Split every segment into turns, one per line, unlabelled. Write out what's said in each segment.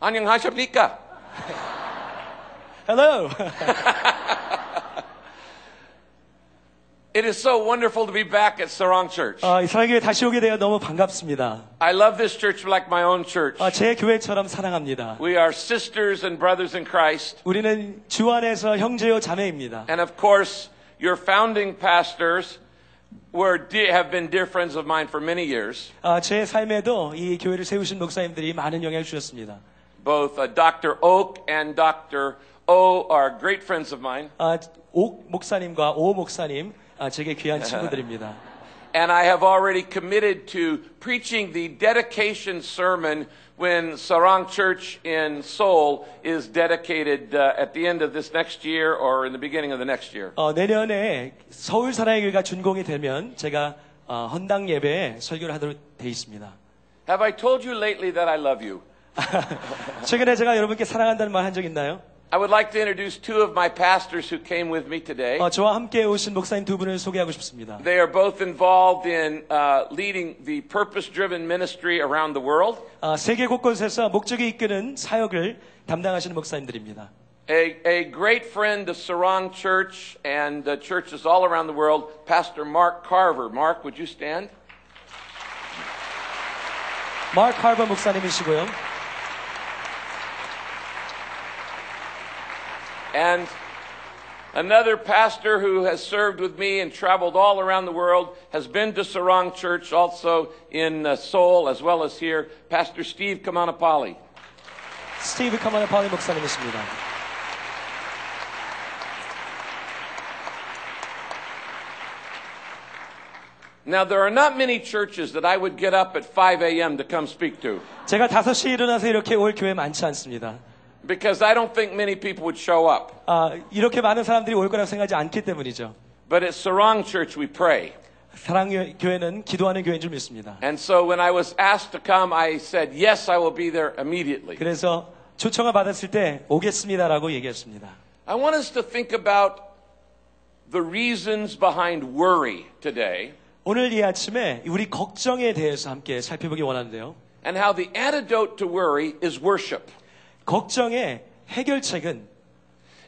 안녕하십니까?
Hello.
It is so wonderful to be back at Sarong Church.
어, 이스라엘 교회 다시 오게 되어 너무 반갑습니다.
I love this church like my own church.
어, 제 교회처럼 사랑합니다.
We are sisters and brothers in Christ.
우리는 주 안에서 형제요 자매입니다.
And of course, your founding pastors were, de- have been dear friends of mine for many years.
아, 제 삶에도 이 교회를 세우신 목사님들이 많은 영향을 주셨습니다.
Both uh, Dr. Oak and Dr. O are great friends of mine.
아, 옥 목사님과 오 목사님, 아, 제게 귀한 친구들입니다.
And I have already committed to preaching the dedication sermon when Sarang Church in Seoul is dedicated uh, at the end of this next year or in the beginning of the next year.
어, 내년에 서울 사랑의 교회가 준공이 되면 제가 어, 헌당 예배에 설교를 하도록 돼 있습니다.
Have I told you lately that I love you?
최근에 제가 여러분께 사랑한다는 말 한 적 있나요?
I would like to introduce two of my pastors who came with me today.
어, 저와 함께 오신 목사님 두 분을 소개하고 싶습니다.
They are both involved in uh, leading the purpose driven ministry around the world.
아, 세계 곳곳에서 목적이 이끄는 사역을 담당하시는 목사님들입니다.
A, a great friend of Sarong Church and uh, churches all around the world, Pastor Mark Carver. Mark, would you stand?
마크 하버 목사님이시고요.
And another pastor who has served with me and traveled all around the world has been to Sarong Church also in uh, Seoul as well as here, Pastor Steve Kamanapali.
스티브 카마나 파리 목사님이십니다.
Now, there are not many churches that I would get up at 5 a.m. to come speak to
제가 5시에 일어나서 이렇게 올 교회 많지 않습니다.
because I don't think many people would show up.
아, 이렇게 많은 사람들이 올 거라고 생각하지 않기 때문이죠.
But at Sarong Church, we pray.
사랑교회는 기도하는 교회인 줄 믿습니다.
And so when I was asked to come, I said, Yes, I will be there immediately.
그래서 초청을 받았을 때 오겠습니다라고 얘기했습니다.
I want us to think about the reasons behind worry today
오늘 이 아침에 우리 걱정에 대해서 함께 살펴보기 원하는데요.
and how the antidote to worry is worship.
걱정의 해결책은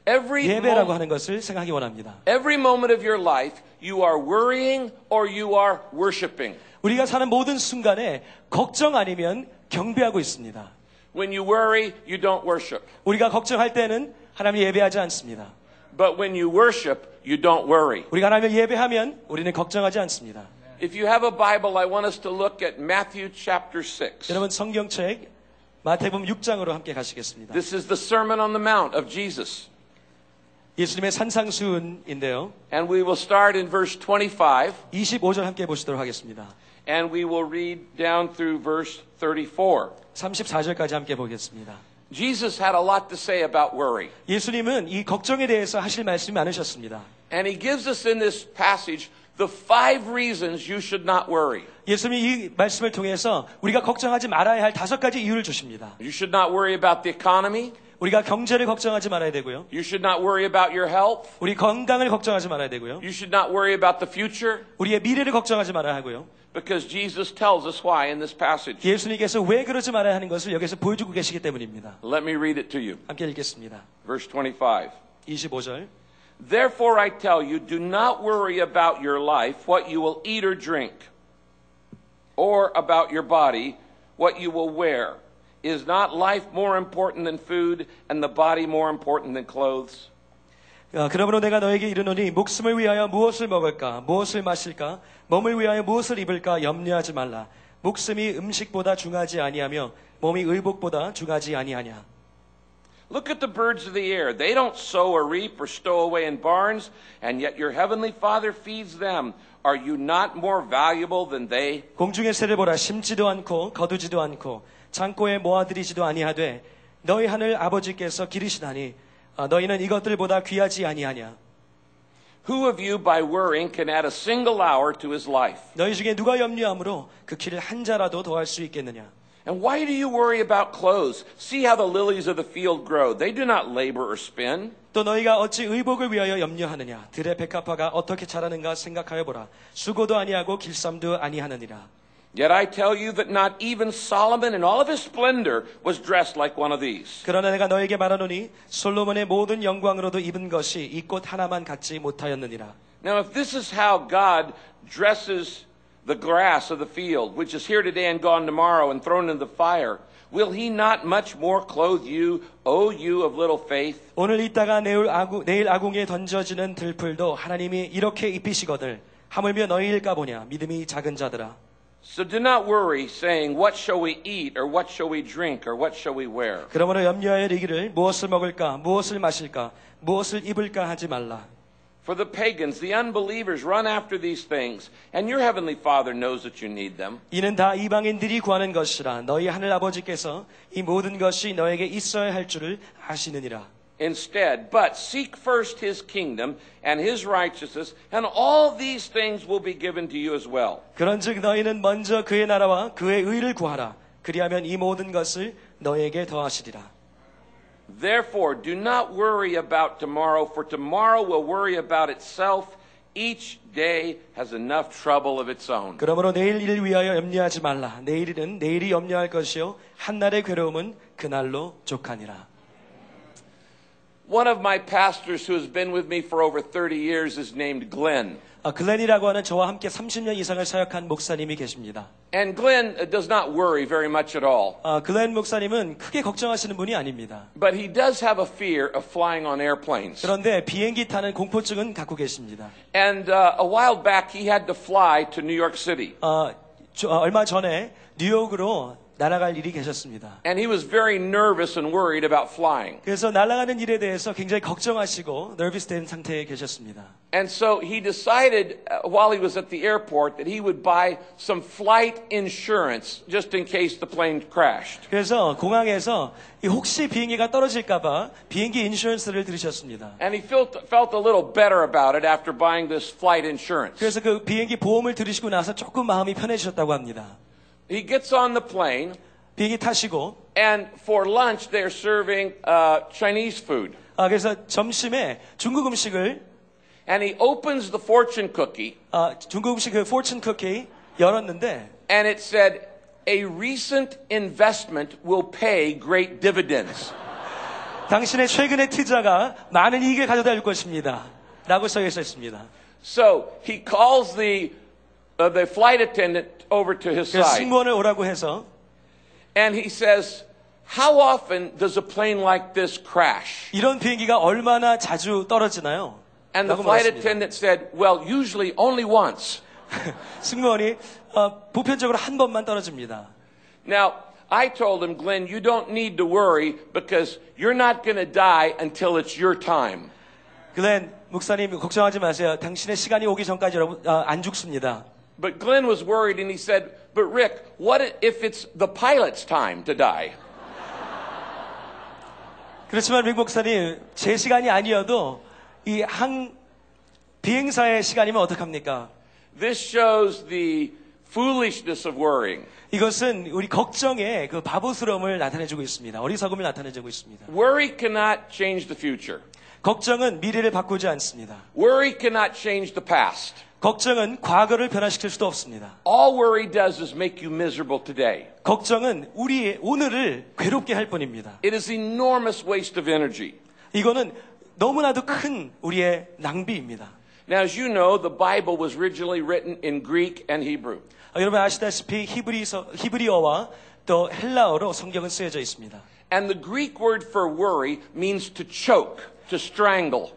Every,
예배라고
mo-
하는 것을 생각하기 원합니다.
every moment of your life, you are worrying or you are worshiping.
우리가 사는 모든 순간에 걱정 아니면 경배하고 있습니다.
When you worry, you don't worship.
우리가 걱정할 때는 하나님을 예배하지 않습니다.
But when you worship, you don't worry.
우리가 하나님을 예배하면 우리는 걱정하지 않습니다.
If you have a Bible, I want us to look at Matthew chapter 6.
여러분 성경책 마태복음 6장으로 함께 가시겠습니다.
This is the Sermon on the Mount of Jesus.
예수님의 산상수훈인데요.
And we will start in verse 25
25절 함께 보시도록 하겠습니다.
and we will read down through verse 34.
34절까지 함께 보겠습니다.
Jesus had a lot to say about worry.
예수님은 이 걱정에 대해서 하실 말씀이 많으셨습니다.
And he gives us in this passage the five reasons you should not worry.
예수님이 이 말씀을 통해서 우리가 걱정하지 말아야 할 다섯 가지 이유를 주십니다.
You should not worry about the economy.
우리가 경제를 걱정하지 말아야 되고요.
You should not worry about your health.
우리 건강을 걱정하지 말아야 되고요.
You should not worry about the future
우리의 미래를 걱정하지 말아야 하고요.
because Jesus tells us why in this passage.
예수님께서 왜 그러지 말아야 하는 것을 여기서 보여주고 계시기 때문입니다.
Let me read it to you.
함께 읽겠습니다.
Verse 25.
25절.
Therefore, I tell you, do not worry about your life, what you will eat or drink, or about your body, what you will wear. Is not life more important than food, and the body more important than clothes?
어, 그러므로 내가 너에게 이르노니 목숨을 위하여 무엇을 먹을까 무엇을 마실까 몸을 위하여 무엇을 입을까 염려하지 말라 목숨이 음식보다 중하지 아니하며 몸이 의복보다 중하지 아니하냐
Look at the birds of the air. They don't sow or reap or stow away in barns, and yet your heavenly Father feeds them. Are you not more valuable than they?
공중의 새를 보라 심지도 않고 거두지도 않고 창고에 모아들이지도 아니하되 너희 하늘 아버지께서 기르시다니 아, 너희는 이것들보다 귀하지 아니하냐
Who of you, by worrying, can add a single hour to his life?
너희 중에 누가 염려함으로 그 키를 한 자라도 더할 수 있겠느냐
And why do you worry about clothes? See how the lilies of the field grow. They do not labor or spin.
또 너희가 어찌 의복을 위하여 염려하느냐 들의 백합화가 어떻게 자라는가 생각하여 보라 수고도 아니하고 길쌈도 아니하느니라
Yet I tell you that not even Solomon in all of his splendor was dressed like one of these.
그러나 내가 너에게 말하노니 솔로몬의 모든 영광으로도 입은 것이 이 꽃 하나만 갖지 못하였느니라.
Now, if this is how God dresses the grass of the field, which is here today and gone tomorrow and thrown into the fire, will he not much more clothe you, O you of little faith?
오늘 이따가 내일, 아구, 내일 아궁이에 던져지는 들풀도 하나님이 이렇게 입히시거늘 하물며 너희일까 보냐 믿음이 작은 자들아.
So do not worry, saying, What shall we eat, or what shall we drink, or what shall we wear?
그러므로 염려하여 이기를 무엇을 먹을까 무엇을 마실까 무엇을 입을까 하지 말라.
For the pagans, the unbelievers, run after these things, and your heavenly Father knows that you need them.
이는 다 이방인들이 구하는 것이라 너희 하늘 아버지께서 이 모든 것이 너에게 있어야 할 줄을 아시느니라.
Instead, but seek first his kingdom and his righteousness, and all these things will be given to you as well.
그런즉 너희는 먼저 그의 나라와 그의 의를 구하라. 그리하면 이 모든 것을 너에게 더하시리라.
Therefore, do not worry about tomorrow, for tomorrow will worry about itself. Each day has enough trouble of its own.
그러므로 내일 일을 위하여 염려하지 말라. 내일은 내일이 염려할 것이요 한날의 괴로움은 그날로 족하니라.
One of my pastors who has been with me for over 30 years is named Glenn.
아, 글렌이라고 하는 저와 함께 30년 이상을 사역한 목사님이 계십니다.
And Glenn uh, does not worry very much at all.
아, 글렌 목사님은 크게 걱정하시는 분이 아닙니다.
But he does have a fear of flying on airplanes.
그런데 비행기 타는 공포증은 갖고 계십니다.
And uh, a while back, he had to fly to New York City.
아, 저- 아, 얼마 전에 뉴욕으로 날아갈 일이 계셨습니다.
And he was very nervous and worried about flying.
그래서 날아가는 일에 대해서 굉장히 걱정하시고 널비스된 상태에 계셨습니다.
And so he decided uh, while he was at the airport that he would buy some flight insurance just in case the plane crashed.
그래서 공항에서 이 혹시 비행기가 떨어질까봐 비행기 인슈런스를 들으셨습니다.
And he felt, felt a little better about it after buying this flight insurance.
그래서 그 비행기 보험을 들으시고 나서 조금 마음이 편해지셨다고 합니다.
He gets on the plane,
비행기 타시고
and for lunch, they're serving uh, Chinese food.
아, 그래서 점심에 중국 음식을
And he opens the fortune cookie,
아, 중국 음식 그 포춘 쿠키 열었는데
and it said, A recent investment will pay great dividends.
당신의 최근의 투자가 많은 이익을 가져다 줄 것입니다. 라고 써 있었습니다.
So he calls the, uh, the flight attendant over to his
그래서
side.
승무원을 오라고 해서
And he says, How often does a plane like this crash?
이런 비행기가 얼마나 자주 떨어지나요?
And the
라고
flight
물었습니다.
attendant said, Well, usually only once.
승무원이 어, 보편적으로 한 번만 떨어집니다.
Now, I told him, Glenn, you don't need to worry because you're not going to die until it's your time.
글렌 목사님 걱정하지 마세요. 당신의 시간이 오기 전까지 여러분 아, 안 죽습니다.
But Glenn was worried and he said, But Rick, what if it's the pilot's time to die?
그렇지만 릭 목사님 제 시간이 아니어도 이 항 비행사의 시간이면 어떡합니까?
This shows the foolishness of worrying.
이것은 우리 걱정의 그 바보스러움을 나타내주고 있습니다. 어리석음을 나타내주고 있습니다.
Worry cannot change the future.
걱정은 미래를 바꾸지 않습니다.
Worry cannot change the past.
걱정은 과거를 변화시킬 수도 없습니다.
All worry does is make you miserable today.
걱정은 우리의 오늘을 괴롭게 할 뿐입니다.
It is enormous waste of energy.
이거는 너무나도 큰 우리의 낭비입니다.
Now, as you know, the Bible was originally written in Greek and Hebrew.
아, 여러분 아시다시피 히브리서, 히브리어와 또 헬라어로 성경은 쓰여져 있습니다.
And the Greek word for worry means to choke, to strangle.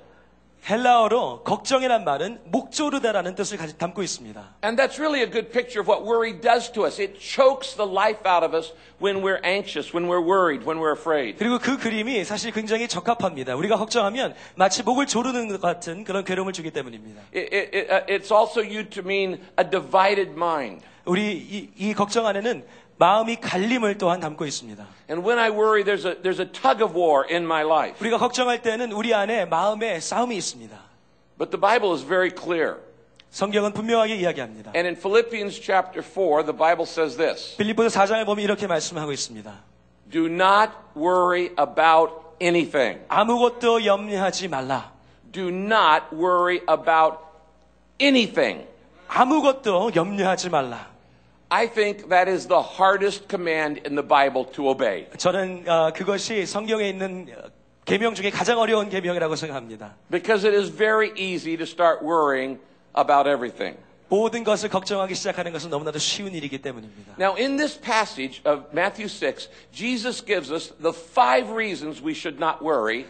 헬라어로 걱정이란 말은 목조르다라는 뜻을 가지- 담고 있습니다.
And that's really a good picture of what worry does to us. It chokes the life out of us when we're anxious, when we're worried, when we're afraid.
그리고 그 그림이 사실 굉장히 적합합니다. 우리가 걱정하면 마치 목을 조르는 것 같은 그런 괴로움을 주기 때문입니다.
It, it, it, uh, it's also used to mean a divided mind.
우리 이, 이 걱정 안에는 마음이 갈림을 또한 담고 있습니다.
And when I worry, there's a, there's a tug of war in my life.
우리가 걱정할 때는 우리 안에 마음의 싸움이 있습니다.
But the Bible is very clear.
성경은 분명하게 이야기합니다.
And in Philippians chapter 4, the Bible says this
빌립보서 4장을 보면 이렇게 말씀하고 있습니다.
Do not worry about anything.
아무것도 염려하지 말라.
Do not worry about anything.
아무것도 염려하지 말라.
I think that is the hardest command in the Bible to obey.
저는 아, 그것이 성경에 있는 계명 중에 가장 어려운 계명이라고 생각합니다.
Because it is very easy to start worrying about everything.
모든 것을 걱정하기 시작하는 것은 너무나도 쉬운 일이기 때문입니다.
Now, in this passage of Matthew 6, Jesus gives us the five reasons we should not worry.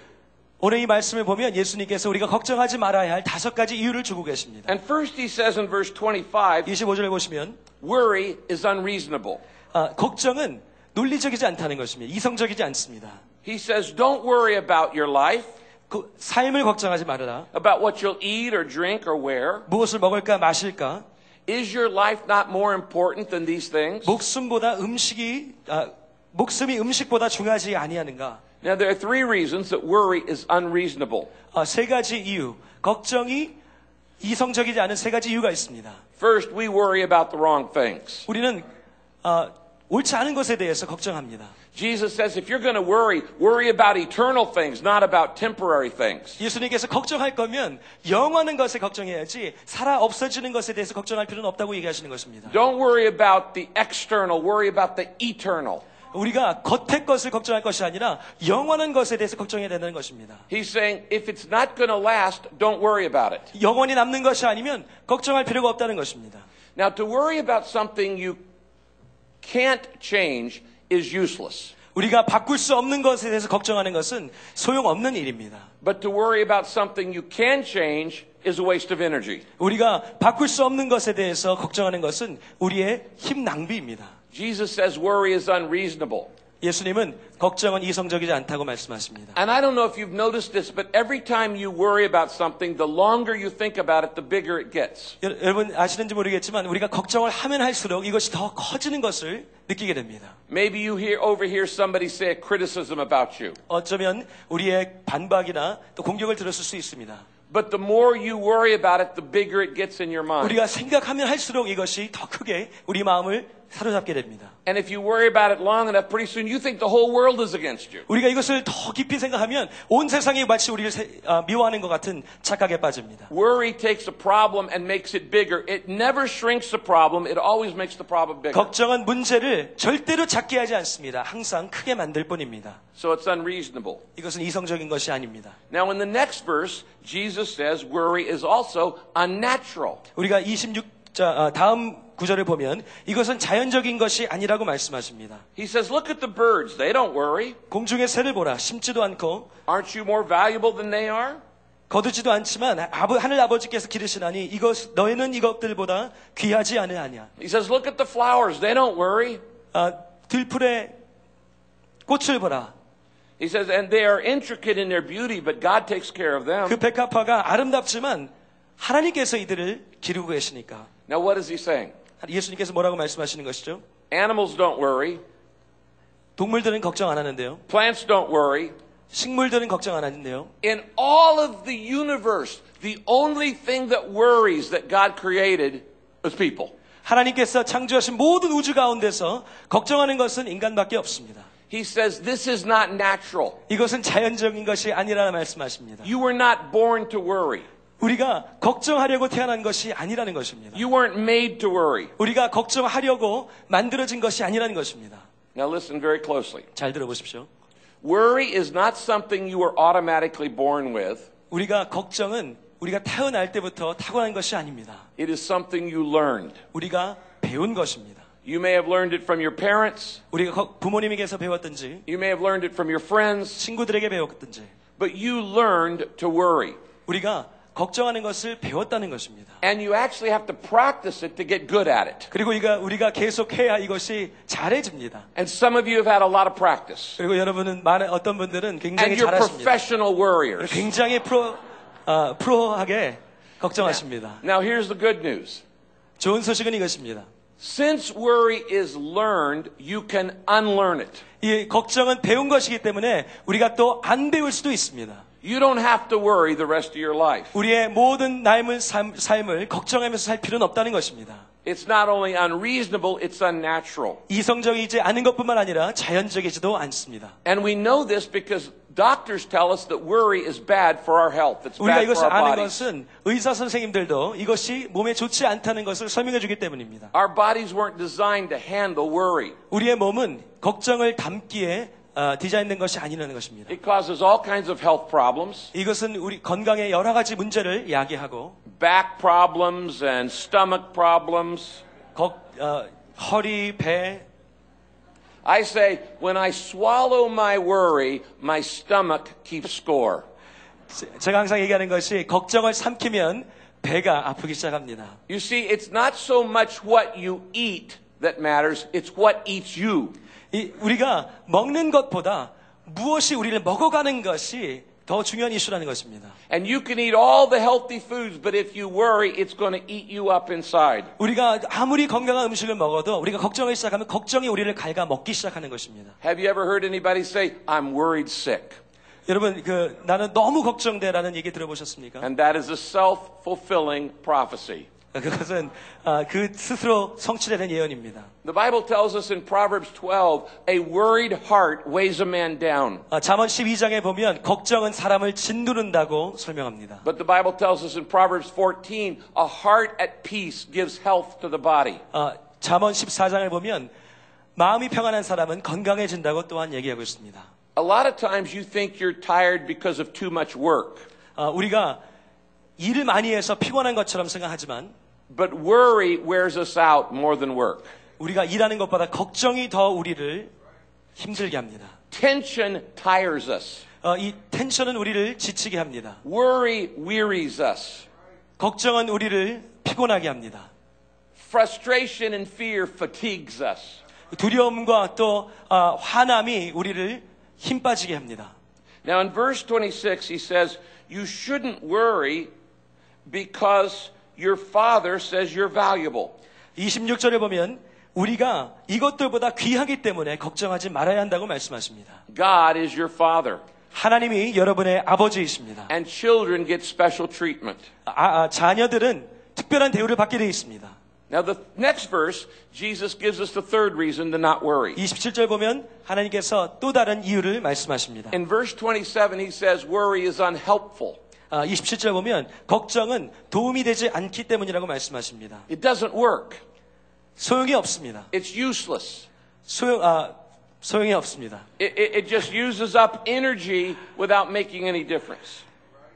오늘 이 말씀을 보면 예수님께서 우리가 걱정하지 말아야 할 다섯 가지 이유를 주고 계십니다.
And first, he says in verse 25,
25절에 보시면
worry is unreasonable.
아, 걱정은 논리적이지 않다는 것입니다. 이성적이지 않습니다.
He says, don't worry about your life,
그 삶을 걱정하지 말아라.
about what you'll eat or drink or wear.
무엇을 먹을까 마실까?
Is your life not more important than these things?
목숨보다 음식이 아, 목숨이 음식보다 중하지 아니하는가?
Now, there are three reasons that worry is unreasonable.
아, 세 가지 이유. 걱정이 이성적이지 않은 세 가지 이유가 있습니다.
First, we worry about the wrong things.
우리는 아, 옳지 않은 것에 대해서 걱정합니다.
Jesus says if you're going to worry, worry about eternal things, not about temporary things.
예수님께서 걱정할 거면 영원한 것에 걱정해야지 살아 없어지는 것에 대해서 걱정할 필요는 없다고 얘기하시는 것입니다.
Don't worry about the external, worry about the eternal.
우리가 겉의 것을 걱정할 것이 아니라 영원한 것에 대해서 걱정해야 된다는 것입니다.
He's saying if it's not going to last, don't worry about it.
영원히 남는 것이 아니면 걱정할 필요가 없다는 것입니다.
Now, to worry about something you can't change is useless.
우리가 바꿀 수 없는 것에 대해서 걱정하는 것은 소용없는 일입니다.
But to worry about something you can change is a waste of energy.
우리가 바꿀 수 없는 것에 대해서 걱정하는 것은 우리의 힘 낭비입니다.
Jesus says worry is unreasonable.
예수님은 걱정은 이성적이지 않다고 말씀하십니다.
And I don't know if you've noticed this, but every time you worry about something, the longer you think about it, the bigger it gets.
여- 여러분 아시는지 모르겠지만 우리가 걱정을 하면 할수록 이것이 더 커지는 것을 느끼게 됩니다.
Maybe you hear overhear somebody say a criticism about you.
어쩌면 우리의 반박이나 또 공격을 들었을 수 있습니다.
But the more you worry about it, the bigger it gets in your mind.
우리가 생각하면 할수록 이것이 더 크게 우리 마음을 사로잡게 됩니다.
And if you worry about it long enough, pretty soon you think the whole world is against you.
우리가 이것을 더 깊이 생각하면 온 세상이 마치 우리를 세- 아, 미워하는 것 같은 착각에 빠집니다.
Worry takes a problem and makes it bigger. It never shrinks the problem, it always makes the problem bigger.
걱정은 문제를 절대로 작게 하지 않습니다. 항상 크게 만들 뿐입니다.
So it's unreasonable.
이것은 이성적인 것이 아닙니다.
Now, in the next verse, Jesus says worry is also unnatural.
우리가 26자 아, 다음 구절을 보면 이것은 자연적인 것이 아니라고 말씀하십니다.
He says, Look at the birds, they don't worry.
공중의 새를 보라 심지도 않고
Aren't you more valuable than they are?
거두지도 않지만 아버- 하늘 아버지께서 기르시나니 이것 너희는 이것들보다 귀하지 않으하냐.
He says, Look at the flowers, they don't worry.
아, 들풀의 꽃을 보라.
He says, And they are intricate in their beauty, but God takes care of
그
them.
백합화가 아름답지만 하나님께서 이들을 기르고 계시니까.
Now, what is he saying?
예수님께서 뭐라고 말씀하시는 것이죠?
Animals don't worry,
동물들은 걱정 안 하는데요.
plants don't worry.
식물들은 걱정 안 하는데요.
In all of the universe, the only thing that worries that God created is people.
하나님께서 창조하신 모든 우주 가운데서 걱정하는 것은 인간밖에 없습니다.
He says, This is not natural.
이것은 자연적인 것이 아니라는 말씀하십니다.
You were not born to worry.
우리가 걱정하려고 태어난 것이 아니라는 것입니다.
You weren't made to worry.
우리가 걱정하려고 만들어진 것이 아니라는 것입니다.
Now listen very closely.
잘 들어보십시오.
Worry is not something you were automatically born with.
우리가 걱정은 우리가 태어날 때부터 타고난 것이 아닙니다.
It is something you learned.
우리가 배운 것입니다.
You may have learned it from your parents.
우리가 거- 부모님에게서 배웠든지
You may have learned it from your friends.
친구들에게 배웠든지
But you learned to worry.
우리가 걱정하는 것을 배웠다는 것입니다.
And you actually have to practice it to get good at it.
그리고 이가 우리가 계속해야 이것이 잘해집니다.
And some of you have had a lot of practice.
그리고 여러분은 많은 어떤
And
분들은 굉장히
you're
잘하십니다.
professional worriers.
굉장히 프로 아, 프로하게 걱정하십니다.
Now here's the good news.
좋은 소식은 이것입니다.
Since worry is learned, you can unlearn it.
이 걱정은 배운 것이기 때문에 우리가 또 안 배울 수도 있습니다.
You don't have to worry the rest of your life.
우리의 모든 남은 삶, 삶을 걱정하면서 살 필요는 없다는 것입니다.
It's not only unreasonable, it's unnatural.
이성적이지 않은 것뿐만 아니라 자연적이지도 않습니다.
And we know this because Doctors tell us that worry is bad for our health. It's
우리가
bad for
이것을
our
아는
bodies.
것은 의사 선생님들도 이것이 몸에 좋지 않다는 것을 설명해 주기 때문입니다.
Our bodies weren't designed to handle worry.
우리의 몸은 걱정을 담기에 아, 디자인된 것이 아니라는 것입니다.
It causes all kinds of health problems,
이것은 우리 건강의 여러 가지 문제를 야기하고
back problems and stomach problems.
걱- 어, 허리, 배,
I say, when I swallow my worry, my stomach keeps score.
제- 제가 항상 얘기하는 것이 걱정을 삼키면 배가 아프기 시작합니다.
You see, it's not so much what you eat that matters, it's what eats you.
이- 우리가 먹는 것보다 무엇이 우리를 먹어가는 것이 더 중요한 이슈라는 것입니다.
And you can eat all the healthy foods, but if you worry, it's going to eat you up inside.
우리가 아무리 건강한 음식을 먹어도 우리가 걱정을 시작하면 걱정이 우리를 갉아 먹기 시작하는 것입니다.
Have you ever heard anybody say, I'm worried sick?
여러분, 그 나는 너무 걱정돼라는 얘기 들어보셨습니까?
And that is a self fulfilling prophecy.
그것은 아, 그 스스로 성취되는 예언입니다.
The Bible tells us in Proverbs 12, a worried heart weighs a man down.
아, 잠언 12장에 보면 걱정은 사람을 짓누른다고 설명합니다.
But the Bible tells us in Proverbs 14, a heart at peace gives health to the body.
아, 잠언 14장을 보면 마음이 평안한 사람은 건강해진다고 또한 얘기하고 있습니다.
A lot of times you think you're tired because of too much work,
아, 우리가 일을 많이 해서 피곤한 것처럼 생각하지만
but worry wears us out more than work.
우리가 일하는 것보다 걱정이 더 우리를 힘들게 합니다.
Tension tires us.
어, 이 텐션은 우리를 지치게 합니다.
Worry wearies us.
걱정은 우리를 피곤하게 합니다.
Frustration and fear fatigues us.
두려움과 또 아, 화남이 우리를 힘 빠지게 합니다.
Now, in verse 26, he says, You shouldn't worry because your father says you're valuable.
26절에 보면 우리가 이것들보다 귀하기 때문에 걱정하지 말아야 한다고 말씀하십니다.
God is your father,
하나님이 여러분의 아버지이십니다.
and children get special treatment.
아, 아, 자녀들은 특별한 대우를 받게 되어 있습니다.
Now, the next verse, Jesus gives us the third reason to not worry.
27절 보면 하나님께서 또 다른 이유를 말씀하십니다.
In verse 27, he says, Worry is unhelpful.
아, 27절 보면 걱정은 도움이 되지 않기 때문이라고 말씀하십니다.
It doesn't work,
소용이 없습니다.
it's useless.
소용, 아, 소용이 없습니다.
It, it, it just uses up energy without making any difference.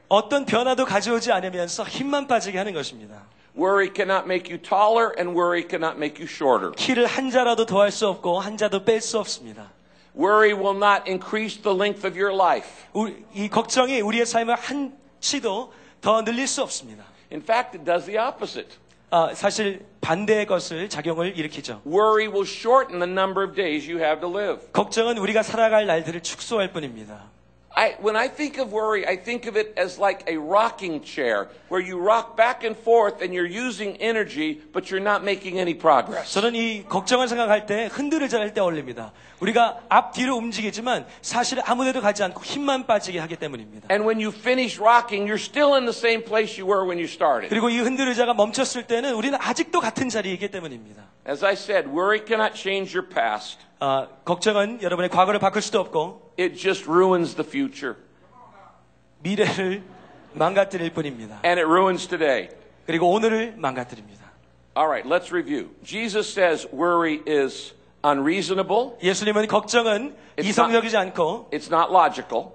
어떤 변화도 가져오지 않으면서 힘만 빠지게 하는 것입니다.
Worry cannot make you taller, and worry cannot make you shorter.
키를 한 자라도 더할 수 없고 한 자도 뺄 수 없습니다.
Worry will not increase the length of your life.
우리- 이 걱정이 우리의 삶을 한 치도 더 늘릴 수 없습니다.
In fact, it does the opposite.
아, 사실 반대의 것을 작용을 일으키죠.
Worry will shorten the number of days you have to live.
걱정은 우리가 살아갈 날들을 축소할 뿐입니다.
I, when I think of worry, I think of it as like a rocking chair where you rock back and forth and you're using energy, but you're not making any progress.
저는 이 걱정을 생각할 때 흔들으자 할때 어울립니다. 우리가 앞뒤로 움직이지만 사실 아무데도 가지 않고 힘만 빠지게 하기 때문입니다.
And when you finish rocking, you're still in the same place you were when you started.
그리고 이 흔들으자가 멈췄을 때는 우리는 아직도 같은 자리에 있기 때문입니다.
As I said, worry cannot change your past.
아, 걱정은 여러분의 과거를 바꿀 수도 없고
It just ruins the future.
미래를 망가뜨릴 뿐입니다.
And it ruins today.
그리고 오늘을 망가뜨립니다.
All right, let's review. Jesus says worry is unreasonable,
예수님은 걱정은
It's
이성적이지 않고
it's not logical,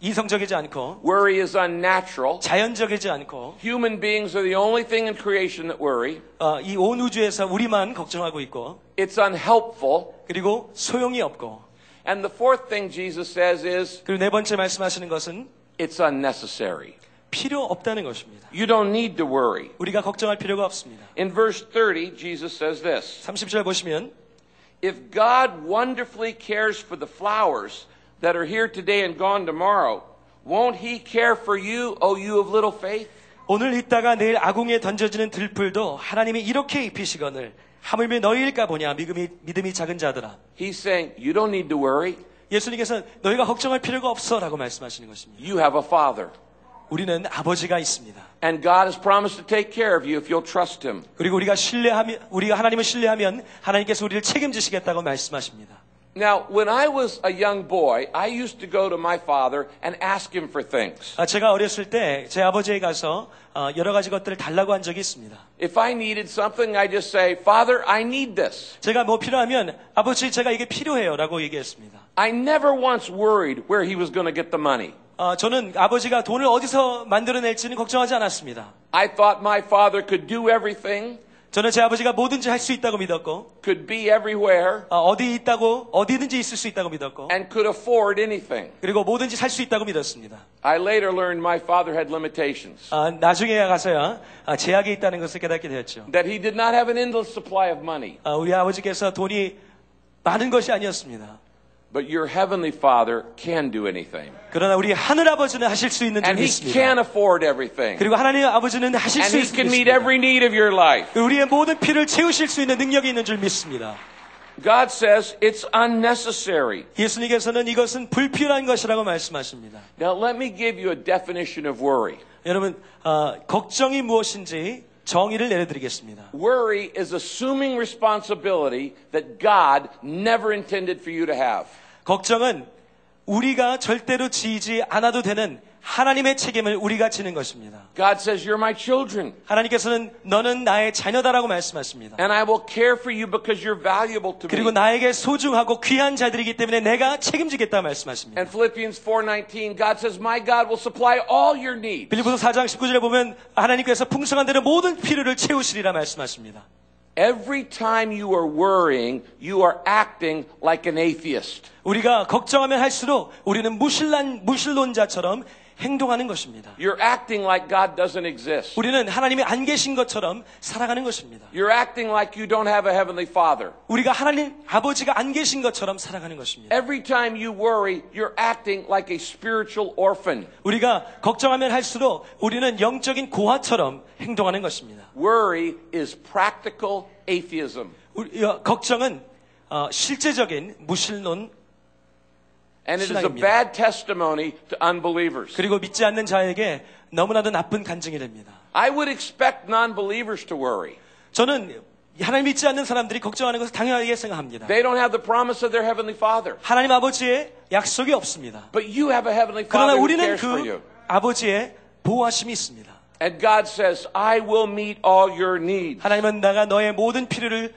이성적이지 않고
worry is unnatural.
자연적이지 않고
Human beings are the only thing in creation that worry.
어, 이 온 우주에서 우리만 걱정하고 있고
It's unhelpful.
그리고 소용이 없고
And the fourth thing Jesus says is
그리고 네 번째 말씀하시는 것은
it's unnecessary.
필요 없다는 것입니다.
You don't need to worry.
우리가 걱정할 필요가 없습니다.
In verse 30, Jesus says this
30절 보시면
If God wonderfully cares for the flowers that are here today and gone tomorrow, won't He care for you, O you of little faith?
오늘 있다가 내일 아궁에 던져지는 들풀도 하나님이 이렇게 입히시거늘 하물며 너희일까 보냐 믿음이, 믿음이 작은 자들아
He's saying, You don't need to worry.
예수님께서는 너희가 걱정할 필요가 없어라고 말씀하시는 것입니다.
You have a father.
우리는 아버지가 있습니다.
And God has promised to take care of you if you'll trust Him.
그리고 우리가 신뢰하면 우리가 하나님을 신뢰하면 하나님께서 우리를 책임지시겠다고 말씀하십니다.
Now, when I was a young boy, I used to go to my father and ask him for things.
아, 제가 어렸을 때 제 아버지에 가서 아, 여러 가지 것들을 달라고 한 적이 있습니다.
If I needed something, I just say, Father, I need this.
제가 뭐 필요하면 아버지 제가 이게 필요해요라고 얘기했습니다.
I never once worried where he was going to get the money.
아, 저는 아버지가 돈을 어디서 만들어낼지는 걱정하지 않았습니다.
I thought my father could do everything,
저는 제 아버지가 뭐든지 할 수 있다고 믿었고
could be everywhere,
아, 어디 있다고 어디든지 있을 수 있다고 믿었고
and could afford anything.
그리고 뭐든지 살 수 있다고 믿었습니다.
I later learned my father had limitations,
아, 나중에 가서야 아, 제약이 있다는 것을 깨닫게 되었죠.
that he did not have an endless supply of money.
아, 우리 아버지께서 돈이 많은 것이 아니었습니다.
But your heavenly father can do anything.
그러나 우리 하늘 아버지는 하실 수 있는
And
줄이
he
있습니다.
can afford everything.
그리고 하나님 아버지는 하실
And
수
he
있는 줄
can meet
믿습니다.
every need of your life.
우리의 모든 피를 채우실 수 있는 능력이 있는 줄 믿습니다.
God says it's unnecessary.
예수님께서는 이것은 불필요한 것이라고 말씀하십니다.
Now let me give you a definition of worry.
여러분 아, 걱정이 무엇인지 정의를 내려드리겠습니다.
Worry is assuming responsibility that God never intended for you to have.
걱정은 우리가 절대로 지지 않아도 되는 하나님의 책임을 우리가 지는 것입니다.
God says, You're my children,
하나님께서는 너는 나의 자녀다라고 말씀하십니다.
and I will care for you because you're valuable to
그리고
me.
나에게 소중하고 귀한 자들이기 때문에 내가 책임지겠다 말씀하십니다.
And Philippians 4:19, God says, "My God will supply all your needs
빌리보서 4장 19절에 보면 하나님께서 풍성한 대로 모든 필요를 채우시리라 말씀하십니다.
Every time you are worrying, you are acting like an atheist.
우리가 걱정하면 할수록 우리는 무신란 무신론자처럼 행동하는 것입니다.
You're acting like God doesn't exist.
우리는 하나님이 안 계신 것처럼 살아가는 것입니다.
You're acting like you don't have a heavenly father.
우리가 하나님 아버지가 안 계신 것처럼 살아가는 것입니다.
Every time you worry, you're acting like a spiritual orphan.
우리가 걱정하면 할수록 우리는 영적인 고아처럼 행동하는 것입니다.
Worry is practical atheism.
우리, 어, 걱정은 어, 실제적인 무신론
And it is a
신앙입니다.
bad testimony to unbelievers.
그리고 믿지 않는 자에게 너무나도 나쁜 간증이 됩니다.
I would expect non believers to worry.
저는 하나님 믿지 않는 사람들이 걱정하는 것을 당연하게 생각합니다.
They don't have the promise of their Heavenly Father.
하나님 아버지의 약속이 없습니다.
But you have a Heavenly
그러나
Father who
우리는
cares for
그
you.
아버지의 보호하심이 있습니다.
And God says, I will meet all your needs.
하나님은 내가 너의 모든 필요를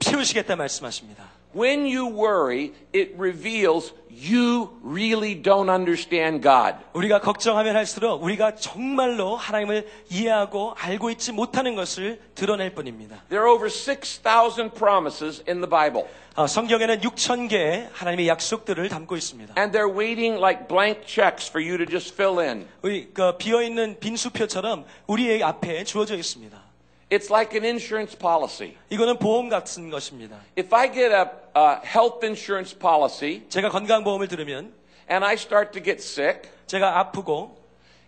채우시겠다 말씀하십니다.
When you worry, it reveals you really don't understand God.
우리가 걱정하면 할수록 우리가 정말로 하나님을 이해하고 알고 있지 못하는 것을 드러낼 뿐입니다.
There are over 6,000 promises in the Bible,
아, 성경에는 6천 개의 하나님의 약속들을 담고 있습니다.
and they're waiting like blank checks for you to just fill in.
우리 그 비어있는 빈수표처럼 우리의 앞에 주어져 있습니다.
It's like an insurance policy.
이거는 보험 같은 것입니다.
If I get a, a health insurance policy
제가 건강보험을 들으면
and I start to get sick,
제가 아프고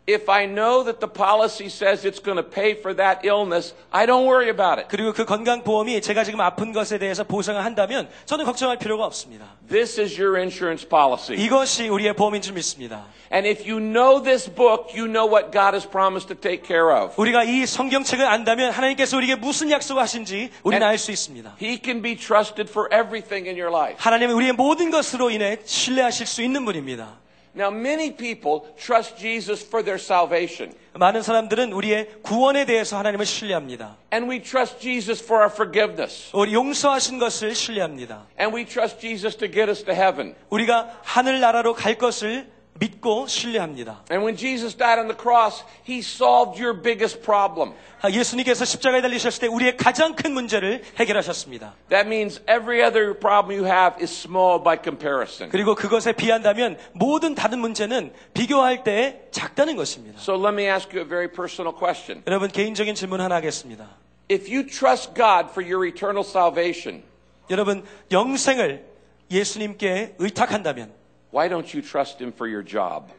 if I know that the policy says it's going to pay for that illness, I don't worry about it.
그리고 그 건강보험이 제가 지금 아픈 것에 대해서 보상을 한다면 저는 걱정할 필요가 없습니다.
This is your insurance policy.
이것이 우리의 보험인 줄 믿습니다.
And if you know this book, you know what God has promised to take care of.
우리가 이 성경책을 안다면 하나님께서 우리에게 무슨 약속을 하신지 우리는 알 수 있습니다.
He can be trusted for everything in your life.
하나님은 우리의 모든 것으로 인해 신뢰하실 수 있는 분입니다.
Now, many people trust Jesus for their salvation.
많은 사람들은 우리의 구원에 대해서 하나님을 신뢰합니다.
And we trust Jesus for our forgiveness.
우리 용서하신 것을 신뢰합니다.
And we trust Jesus to get us to heaven.
우리가 하늘나라로 갈 것을 믿고 신뢰합니다.
And when Jesus died on the cross, he solved your biggest problem.
아, 예수님께서 십자가에 달리셨을 때 우리의 가장 큰 문제를 해결하셨습니다.
That means every other problem you have is small by comparison.
그리고 그것에 비한다면 모든 다른 문제는 비교할 때 작다는 것입니다.
So let me ask you a very personal question.
여러분 개인적인 질문 하나 하겠습니다.
If you trust God for your eternal salvation,
여러분 영생을 예수님께 의탁한다면
why don't you trust him for your job?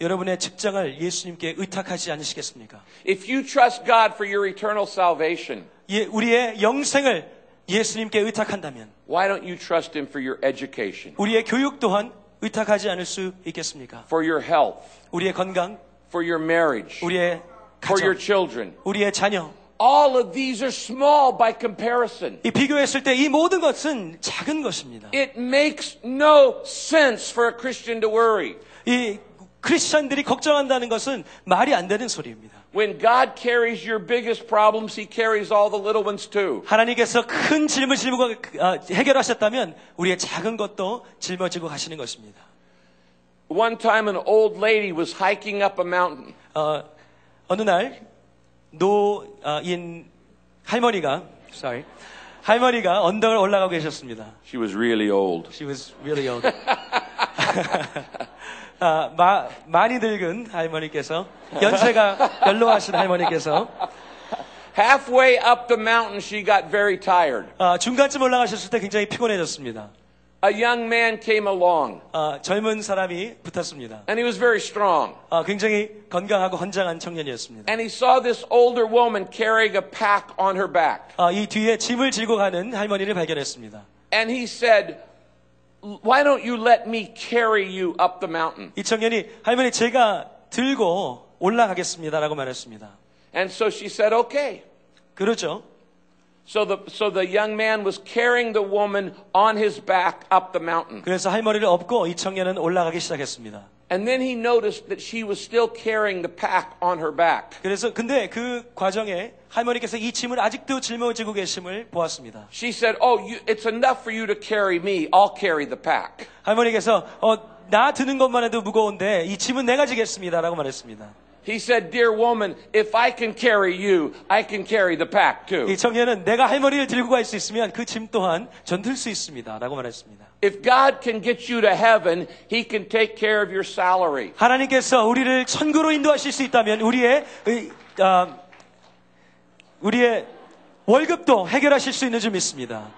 여러분의 직장을 예수님께 의탁하지 않으시겠습니까?
If you trust God for your eternal salvation,
예, 우리의 영생을 예수님께 의탁한다면
why don't you trust him for your education,
우리의 교육 또한 의탁하지 않을 수 있겠습니까?
for your health,
우리의 건강,
for your marriage,
우리의
for your
가정,
children?
우리의 자녀,
All of these are small by comparison.
이 비교했을 때 이 모든 것은 작은 것입니다.
It makes no sense for a Christian to worry.
이 크리스천들이 걱정한다는 것은 말이 안 되는 소리입니다.
When God carries your biggest problems, He carries all the little ones too.
하나님께서 큰 짊을 짊고 해결하셨다면 우리의 작은 것도 짊어지고 가시는 것입니다.
One time, an old lady was hiking up a mountain.
어, 어느 날 아, 노인 할머니가 sorry 할머니가 언덕을 올라가고 계셨습니다.
She was really old.
She was really old. 아, 마- 많이 늙은 할머니께서 연세가 별로하신 할머니께서
Halfway up the mountain, she got very tired.
아, 중간쯤 올라가셨을 때 굉장히 피곤해졌습니다.
A young man came along,
아, 젊은 사람이 붙었습니다.
and he was very strong.
아, 굉장히 건강하고 건장한 청년이었습니다.
And he saw this older woman carrying a pack on her back.
아, 이 뒤에 짐을 지고 가는 할머니를 발견했습니다.
And he said, Why don't you let me carry you up the mountain?
이 청년이 할머니 제가 들고 올라가겠습니다라고 말했습니다. 그렇죠?
And so she said, Okay.
그러죠.
So the, so the young man was carrying the woman on his back up the mountain.
그래서 할머니를 업고 이 청년은 올라가기 시작했습니다.
And then he noticed that she was still carrying the pack on her back.
그래서 근데 그 과정에 할머니께서 이 짐을 아직도 짊어지고 계심을 보았습니다.
She said, Oh, you, it's enough for you to carry me. I'll carry the pack.
할머니께서 어, 나 드는 것만 해도 무거운데 이 짐은 내가 지겠습니다라고 말했습니다.
He said, Dear woman, if I can carry you, I can carry the pack
이
too.
청년은 내가 할머니를 들고 갈 수 있으면 그 짐 또한 전 들 수 있습니다라고 말했습니다.
If God can get you to heaven, He can take care of your salary.
하나님께서 우리를 천국으로 인도하실 수 있다면 우리의 의- 아, 우리의 월급도 해결하실 수 있는 줄 믿습니다.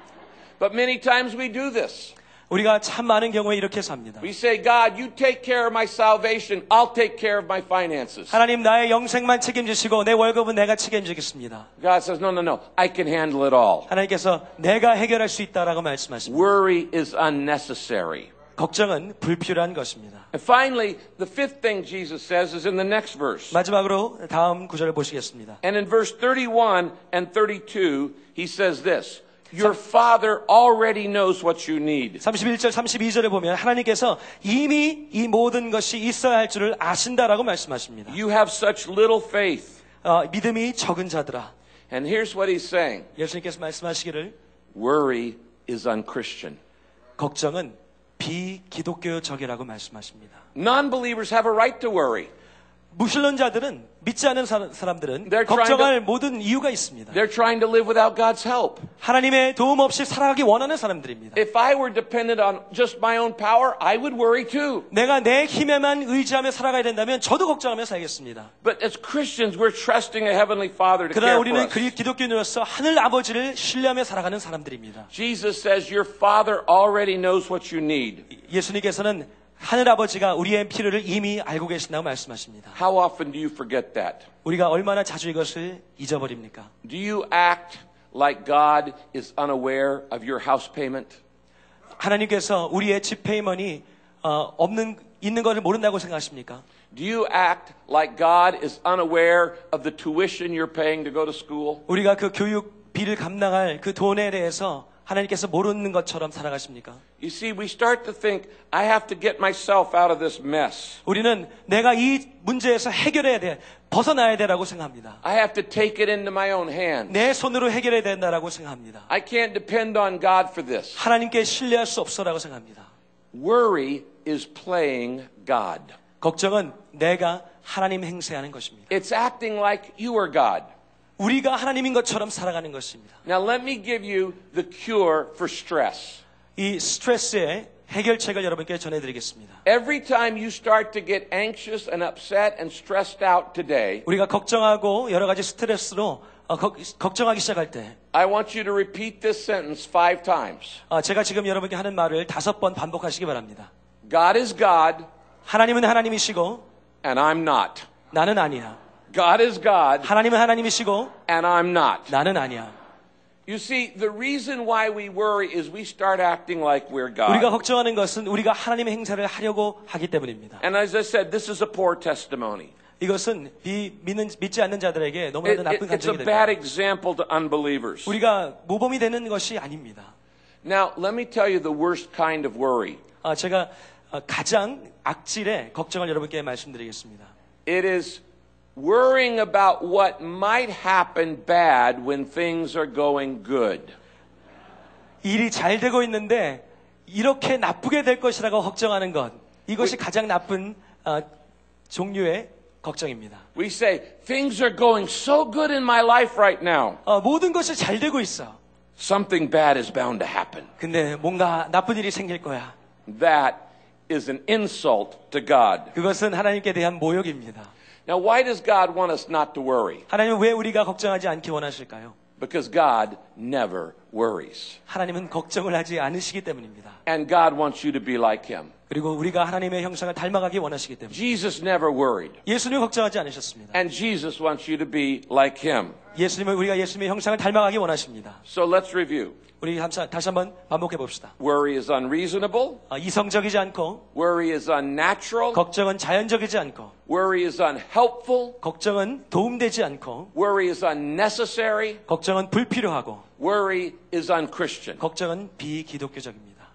But many times we do this.
우리가 참 많은 경우에 이렇게 삽니다.
We say, God, you take care of my salvation. I'll take care of my finances.
하나님 나의 영생만 책임지시고 내 월급은 내가 책임지겠습니다.
God says, No, no, no. I can handle it all.
하나님께서 내가 해결할 수 있다라고 말씀하십니다.
Worry is unnecessary.
걱정은 불필요한 것입니다.
And finally, the fifth thing Jesus says is in the next verse.
마지막으로 다음 구절을 보시겠습니다.
And in verse 31 and 32, he says this Your Father already knows what you need.
31절, 32절에 보면 하나님께서 이미 이 모든 것이 있어야 할 줄을 아신다라고 말씀하십니다.
You have such little faith.
어, 믿음이 적은 자들아.
And here's what he's saying
예수님께서 말씀하시기를
Worry is unchristian.
걱정은 비기독교적이라고 말씀하십니다.
Non believers have a right to worry.
무신론자들은 믿지 않은 사- 사람들은
They're trying
걱정할 모든 이유가 있습니다.
They're trying to live without God's help.
하나님의 도움 없이 살아가기 원하는 사람들입니다.
If I were dependent on just my own power, I would worry too.
내가 내 힘에만 의지하며 살아가야 된다면 저도 걱정하며 살겠습니다.
But as Christians, we're trusting a heavenly Father to
그러나
care for
우리는
us.
그리 기독교인으로서 하늘 아버지를 신뢰하며 살아가는 사람들입니다.
Jesus says, Your Father already knows what you need.
예수님께서는 하늘 아버지가 우리의 필요를 이미 알고 계신다고 말씀하십니다.
How often do you forget that?
우리가 얼마나 자주 이것을 잊어버립니까?
Do you act like God is unaware of your house payment?
하나님께서 우리의 집회임원이 어, 없는 있는 것을 모른다고 생각하십니까?
Do you act like God is unaware of the tuition you're paying to go to school?
우리가 그 교육비를 감당할 그 돈에 대해서 하나님께서 모르는 것처럼 살아가십니까?
You see, we start to think, I have to get myself out of this mess.
우리는 내가 이 문제에서 해결해야 돼, 벗어나야 돼라고 생각합니다.
I have to take it into my own hands.
내 손으로 해결해야 된다라고 생각합니다.
I can't depend on God for this.
하나님께 신뢰할 수 없어라고 생각합니다.
Worry is playing God.
걱정은 내가 하나님 행세하는 것입니다.
It's acting like you are God.
우리가 하나님인 것처럼 살아가는 것입니다.
Now, let me give you the cure for stress.
이 스트레스의 해결책을 여러분께 전해드리겠습니다.
Every time you start to get anxious and upset and stressed out today,
우리가 걱정하고 여러 가지 스트레스로 어, 걱- 걱정하기 시작할 때
I want you to repeat this sentence five times
아, 제가 지금 여러분께 하는 말을 다섯 번 반복하시기 바랍니다.
God is God,
하나님은 하나님이시고
and I'm not.
나는 아니야.
God is God,
하나님은 하나님이시고
and I'm not.
나는 아니야.
You see, the reason why we worry is we start acting like we're
우리가
God.
걱정하는 것은 우리가 하나님의 행사를 하려고 하기 때문입니다.
And as I said, this is a poor testimony.
이것은 비, 믿는, 믿지 않는 자들에게
It-
너무나도
it-
나쁜
it's a
간증이 됩니다.
bad example to unbelievers.
우리가 모범이 되는 것이 아닙니다.
Now, let me tell you the worst kind of worry.
아, 제가 아, 가장 악질의 걱정을 여러분께 말씀드리겠습니다.
It is worrying about what might happen bad when things are going good.
일이 잘 되고 있는데 이렇게 나쁘게 될 것이라고 걱정하는 것 이것이 가장 나쁜 아, 종류의 걱정입니다.
We say, things are going so good in my life right now.
어, 모든 것이 잘 되고 있어.
Something bad is bound to happen.
근데 뭔가 나쁜 일이 생길 거야.
That is an insult to God.
그것은 하나님께 대한 모욕입니다.
Now, why does God want us not to worry?
하나님은 왜 우리가 걱정하지 않기 원하실까요?
Because God never worries.
하나님은 걱정을 하지 않으시기 때문입니다.
And God wants you to be like Him.
그리고 우리가 하나님의 형상을 닮아가기 원하시기 때문에
Jesus never worried.
예수님 걱정하지 않으셨습니다.
And Jesus wants you to be like Him.
예수님은 우리가 예수님의 형상을 닮아가기 원하십니다.
So let's review.
우리 함- 다시 한번 반복해 봅시다. 어,
Worry is unreasonable.
이성적이지 않고
Worry is unnatural.
걱정은 자연적이지 않고
Worry is unhelpful.
걱정은 도움되지 않고
Worry is unnecessary.
걱정은 불필요하고
Worry is unchristian.
걱정은 비기독교적입니다.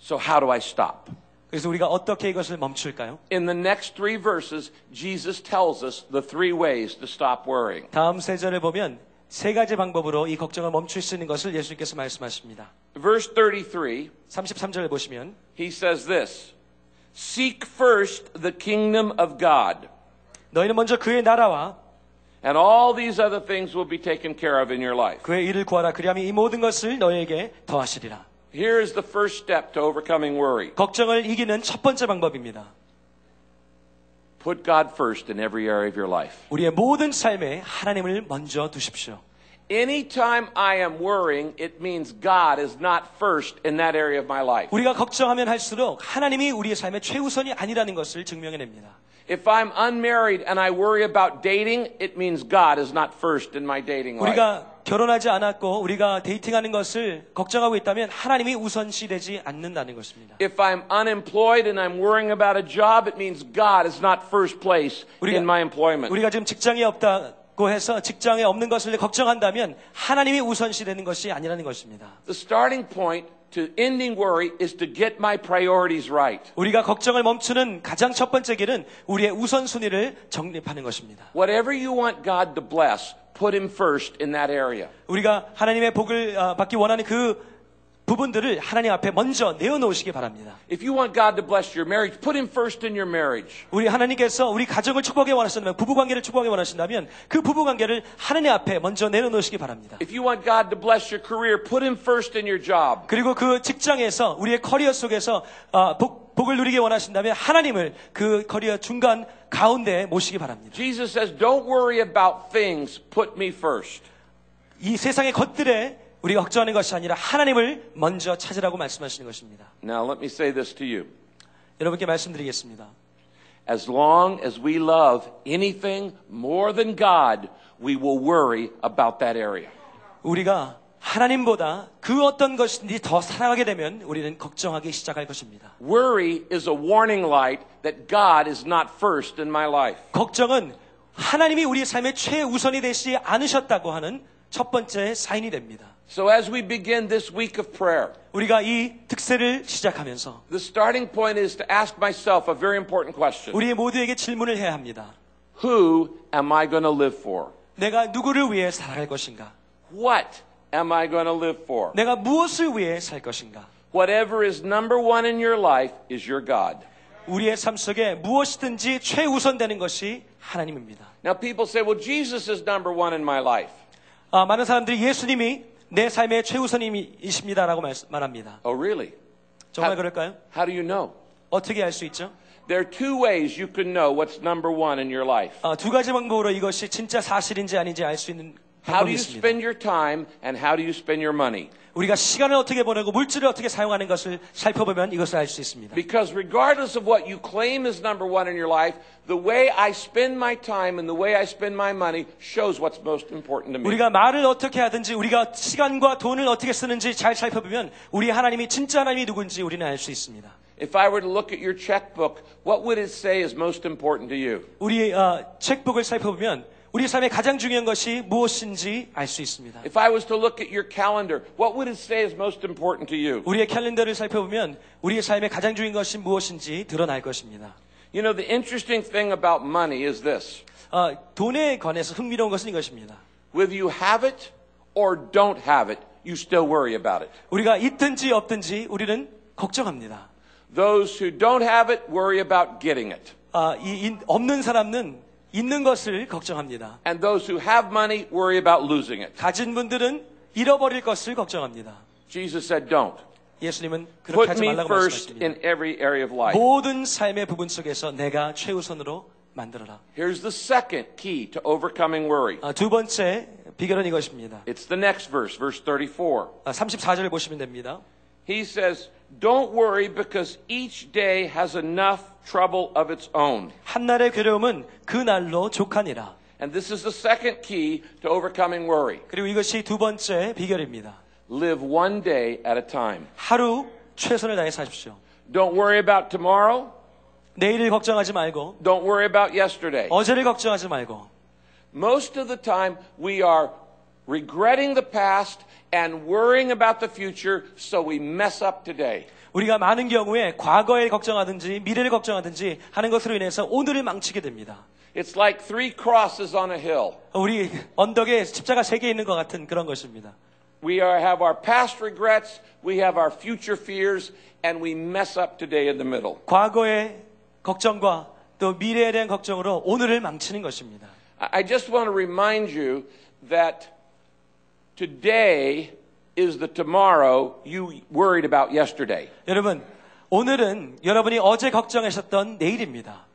So how do I stop?
그래서 우리가 어떻게 이것을 멈출까요?
In the next three verses, Jesus tells us the three ways to stop worrying.
다음 세절을 보면 세 가지 방법으로 이 걱정을 멈출 수 있는 것을 예수님께서 말씀하십니다.
Verse 33,
33절을 보시면
he says this Seek first the kingdom of God,
너희는 먼저 그의 나라와
and all these other things will be taken care of in your life.
그의 일을 구하라 그리하면 이 모든 것을 너희에게 더하시리라.
Here is the first step to overcoming worry
걱정을 이기는 첫 번째 방법입니다.
put God first in every area of your life.
우리의 모든 삶에 하나님을 먼저 두십시오.
Anytime I am worrying, it means God is not first in that area of my life.
우리가 걱정하면 할수록 하나님이 우리의 삶의 최우선이 아니라는 것을 증명해냅니다.
If I'm unmarried and I worry about dating, it means God is not first in my dating life.
우리가 결혼하지 않았고 우리가 데이팅하는 것을 걱정하고 있다면 하나님이 우선시되지 않는다는 것입니다.
If I'm unemployed and I'm worrying about a job, it means God is not first place
우리가-
in my employment.
우리가 지금 직장이 없다고 해서 직장에 없는 것을 걱정한다면 하나님이 우선시되는 것이 아니라는 것입니다.
The starting point to ending worry is to get my priorities right.
우리가 걱정을 멈추는 가장 첫 번째 길은 우리의 우선순위를 정립하는 것입니다.
Whatever you want God to bless, put Him first in that area.
우리가 하나님의 복을 아, 받기 원하는 그 부분들을 하나님 앞에 먼저 내어놓으시기 바랍니다.
If you want God to bless your marriage, put Him first in your marriage.
우리 하나님께서 우리 가정을 축복해 원하신다면 부부 관계를 축복해 원하신다면 그 부부 관계를 하나님 앞에 먼저 내려놓으시기 바랍니다.
If you want God to bless your career, put Him first in your job.
그리고 그 직장에서 우리의 커리어 속에서 아, 복, 복을 누리게 원하신다면 하나님을 그 커리어 중간 가운데 모시기 바랍니다.
Jesus says, Don't worry about things, put me first.
이 세상의 것들에 우리가 걱정하는 것이 아니라 하나님을 먼저 찾으라고 말씀하시는 것입니다.
Now, let me say this to you.
여러분께 말씀드리겠습니다.
As long as we love anything more than God, we will worry about that area.
우리가 하나님보다 그 어떤 것인지 더 사랑하게 되면 우리는 걱정하기 시작할 것입니다.
Worry is a warning light that God is not first in my life.
걱정은 하나님이 우리 삶의 최우선이 되시지 않으셨다고 하는 첫 번째 사인이 됩니다.
So, as we begin this week of prayer,
우리가 이 특세를 시작하면서
the starting point is to ask myself a very important question
우리 모두에게 질문을 해야 합니다.
Who am I going to live for?
내가 누구를 위해 살아갈 것인가?
What am I going to live for?
내가 무엇을 위해 살 것인가?
Whatever is number one in your life is your God.
우리의 삶 속에 무엇이든지 최우선되는 것이 하나님입니다.
Now, people say, well, Jesus is number one in my life.
아, 많은 사람들이 예수님이 내 삶의 최우선이십니다라고 말- 말합니다.
Oh, really?
정말 그럴까요?
How do you know?
어떻게 알 수 있죠?
There are two ways you can know what's number one in your life.
아, 두 가지 방법으로 이것이 진짜 사실인지 아닌지 알 수 있는
How do
방법이
you
있습니다.
spend your time and how do you spend your money?
우리가 시간을 어떻게 보내고 물질을 어떻게 사용하는 것을 살펴보면 이것을 알 수 있습니다.
Because regardless of what you claim is number one in your life, the way I spend my time and the way I spend my money shows what's most important to me.
우리가 말을 어떻게 하든지 우리가 시간과 돈을 어떻게 쓰는지 잘 살펴보면 우리 하나님이 진짜 하나님이 누군지 우리는 알 수 있습니다.
If I were to look at your checkbook, what would it say is most important to you?
우리 아, 책복을 살펴보면 우리 삶의 가장 중요한 것이 무엇인지 알 수 있습니다.
If I was to look at your calendar, what would it say is most important to you?
우리의 캘린더를 살펴보면 우리의 삶의 가장 중요한 것이 무엇인지 드러날 것입니다.
You know, the interesting thing about money is this
아, 돈에 관해서 흥미로운 것은 이것입니다.
whether you have it or don't have it, you still worry about it.
우리가 있든지 없든지 우리는 걱정합니다.
Those who don't have it worry about getting it.
아, 이, 인- 없는 사람은 있는 것을 걱정합니다.
And those who have money worry about losing it.
가진 분들은 잃어버릴 것을 걱정합니다.
Jesus said, don't.
예수님은 그렇게
Put
하지
me
말라고
first
말씀하십니다.
in every area of life.
모든 삶의 부분 속에서 내가 최우선으로 만들어라.
Here's the second key to overcoming worry.
아, 두 번째 비결은 이것입니다.
It's the next verse, verse 34.
아, 34절을 보시면 됩니다.
He says, Don't worry because each day has enough trouble of its own.
한날의 괴로움은 그날로 족하니라.
And this is the second key to overcoming worry.
그리고 이것이 두 번째 비결입니다.
Live one day at a time.
하루 최선을 다해 사십시오.
Don't worry about tomorrow.
내일을 걱정하지 말고
Don't worry about yesterday.
어제를 걱정하지 말고
Most of the time, we are regretting the past and worrying about the future, so we mess up today.
우리가 많은 경우에 과거에 걱정하든지 미래를 걱정하든지 하는 것으로 인해서 오늘을 망치게 됩니다.
It's like three crosses on a hill.
우리 언덕에 십자가 세 개 있는 것 같은 그런 것입니다.
We are, have our past regrets, we have our future fears, and we mess up today in the middle.
과거의 걱정과 또 미래에 대한 걱정으로 오늘을 망치는 것입니다.
I I just want to remind you that today is the tomorrow you worried about yesterday.
여러분, 오늘은 여러분이 어제 걱정하셨던 내일입니다.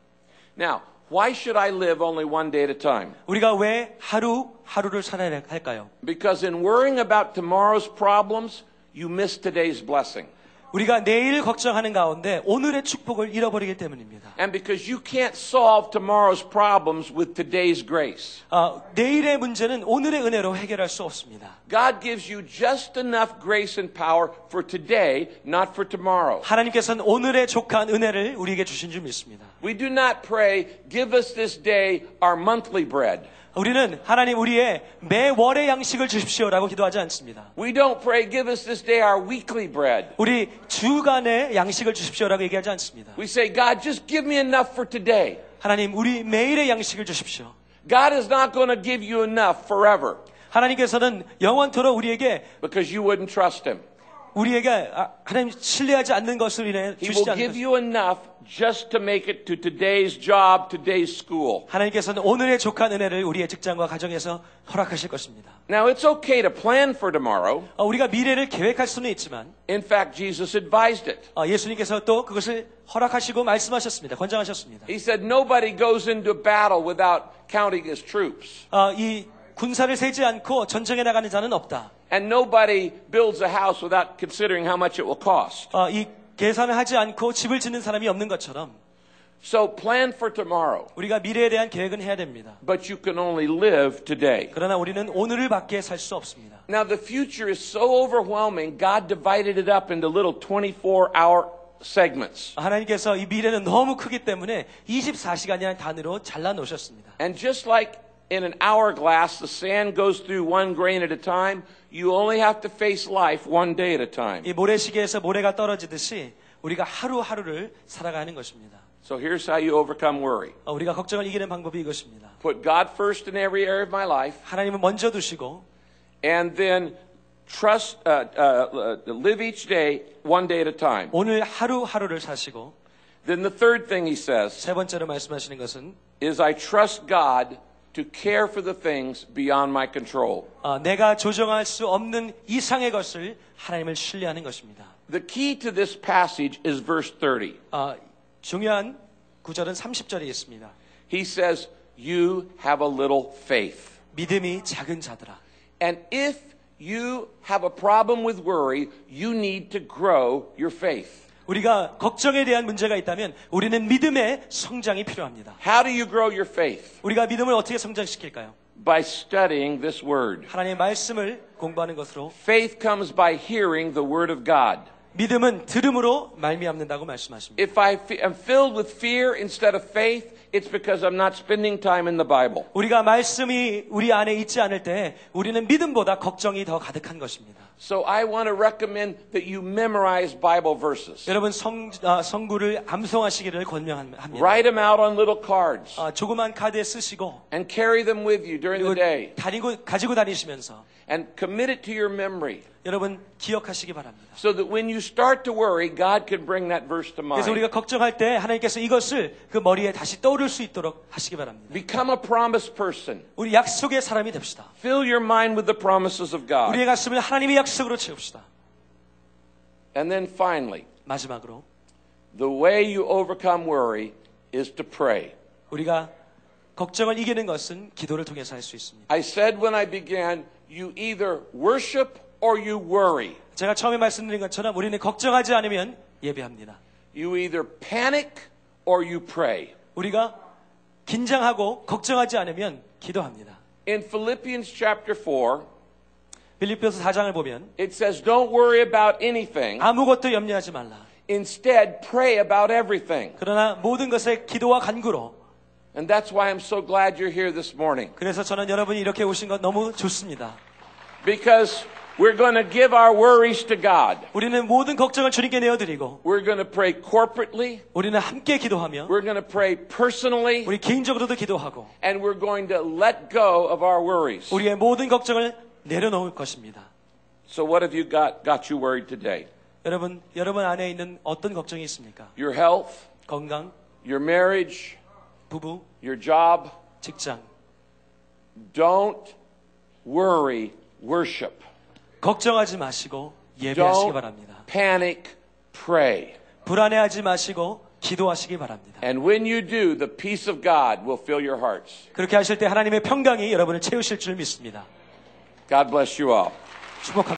Now, why should I live only one day at a time?
우리가 왜 하루 하루를 살아야 할까요?
Because in worrying about tomorrow's problems, you miss today's blessing.
우리가 내일 걱정하는 가운데 오늘의 축복을 잃어버리기 때문입니다.
And because you can't solve tomorrow's problems with today's grace.
아, 내일의 문제는 오늘의 은혜로 해결할 수 없습니다.
God gives you just enough grace and power for today, not for tomorrow.
하나님께서는 오늘의 족한 은혜를 우리에게 주신 줄 믿습니다.
We do not pray, give us this day our monthly bread.
우리는 하나님 우리의 매월의 양식을 주십시오라고 기도하지 않습니다.
We don't pray, give us this day our weekly bread.
우리 주간의 양식을 주십시오라고 얘기하지 않습니다.
We say, God, just give me enough for today.
하나님 우리 매일의 양식을 주십시오.
God is not going to give you enough forever
하나님께서는 영원토록 우리에게
because you wouldn't trust Him.
우리에게 아, 하나님 신뢰하지 않는 것을 인해
He
주시지
will
않는
give
것입니다.
you enough just to make it to today's job, today's school.
하나님께서는 오늘의 족한 은혜를 우리의 직장과 가정에서 허락하실 것입니다.
Now, it's okay to plan for tomorrow.
어, 우리가 미래를 계획할 수는 있지만
In fact, Jesus advised it.
어, 예수님께서 또 그것을 허락하시고 말씀하셨습니다. 권장하셨습니다.
He said, Nobody goes into battle without counting his troops,
어, 이 군사를 세지 않고 전쟁에 나가는 자는 없다.
and nobody builds a house without considering how much it will cost.
어, 이 계산을 하지 않고 집을 짓는 사람이 없는 것처럼
So, plan for tomorrow,
우리가 미래에 대한 계획은 해야 됩니다.
but you can only live today.
그러나 우리는 오늘을 밖에 살 수 없습니다.
Now, the future is so overwhelming, God divided it up into little 24 hour segments.
하나님께서 이 미래는 너무 크기 때문에 24시간이라는 단위로 잘라 놓으셨습니다.
And just like in an hourglass, the sand goes through one grain at a time, you only have to face life one day at a time.
이 모래시계에서 모래가 떨어지듯이 우리가 하루하루를 살아가는 것입니다.
So, here's how you overcome worry
어, 우리가 걱정을 이기는 방법이 이것입니다.
put God first in every area of my life.
하나님은 먼저 두시고
and then trust uh, uh, uh, live each day one day at a time
오늘 하루하루를 사시고
then the third thing he says
세 번째로 말씀하시는 것은
is i trust god to care for the things beyond my control
어, 내가 조정할 수 없는 이상의 것을 하나님을 신뢰하는 것입니다.
the key to this passage is verse 30
어, 중요한 구절은 30절에 있습니다.
he says you have a little faith
믿음이 작은 자들아.
and if you have a problem with worry you need to grow your faith
우리가 걱정에 대한 문제가 있다면 우리는 믿음의 성장이 필요합니다.
how do you grow your faith
우리가 믿음을 어떻게 성장시킬까요?
by studying this word
하나님의 말씀을 공부하는 것으로
faith comes by hearing the word of god
믿음은 들음으로 말미암는다고 말씀하십니다.
If I fe- am filled with fear instead of faith, it's because I'm not spending time in the Bible.
우리가 말씀이 우리 안에 있지 않을 때 우리는 믿음보다 걱정이 더 가득한 것입니다.
So I want to recommend that you memorize Bible verses.
여러분 성, 아, 성구를 암송하시기를 권면합니다.
Write them out on little cards
아, 조그만 카드에 쓰시고
and carry them with you during the
그리고
day
다니고, 가지고 다니시면서
and commit it to your memory
여러분 기억하시기 바랍니다.
so that when you start to worry, God can bring that verse to
그래서
mind.
우리가 걱정할 때 하나님께서 이것을 그 머리에 다시 떠오를 수 있도록 하시기 바랍니다.
Become a promise person.
우리 약속의 사람이 됩시다.
Fill your mind with the promises of God.
우리의 가슴을 하나님의 약속으로 채웁시다.
And then finally,
마지막으로
the way you overcome worry is to pray.
우리가 걱정을 이기는 것은 기도를 통해서 할 수 있습니다.
I said when I began, you either worship or you worry.
제가 처음에 말씀드린 것처럼 우리는 걱정하지 않으면 예배합니다.
You either panic or you pray.
우리가 긴장하고 걱정하지 않으면 기도합니다.
In Philippians chapter 4,
빌립보서 4장을 보면
it says, Don't worry about anything.
아무것도 염려하지 말라.
Instead, pray about everything.
그러나 모든 것에 기도와 간구로
And that's why I'm so glad you're here this morning.
그래서 저는 여러분이 이렇게 오신 것 너무 좋습니다.
Because we're going to give our worries to God.
우리는 모든 걱정을 주님께 내어드리고
We're going to pray corporately.
우리는 함께 기도하며
We're going to pray personally.
우리 개인적으로도 기도하고
And we're going to let go of our worries.
우리의 모든 걱정을 내려놓을 것입니다.
So what have you got, got you worried today?
여러분, 여러분 안에 있는 어떤 걱정이 있습니까?
Your health,
건강,
your marriage,
부부,
your job.
직장.
Don't worry, worship.
걱정하지 마시고 예배하시기
Don't
바랍니다.
panic, pray.
불안해하지 마시고 기도하시기 바랍니다.
And when you do, the peace of God will fill your hearts.
그렇게 하실 때 하나님의 평강이 여러분을 채우실 줄 믿습니다.
God bless you all.
축복합니다.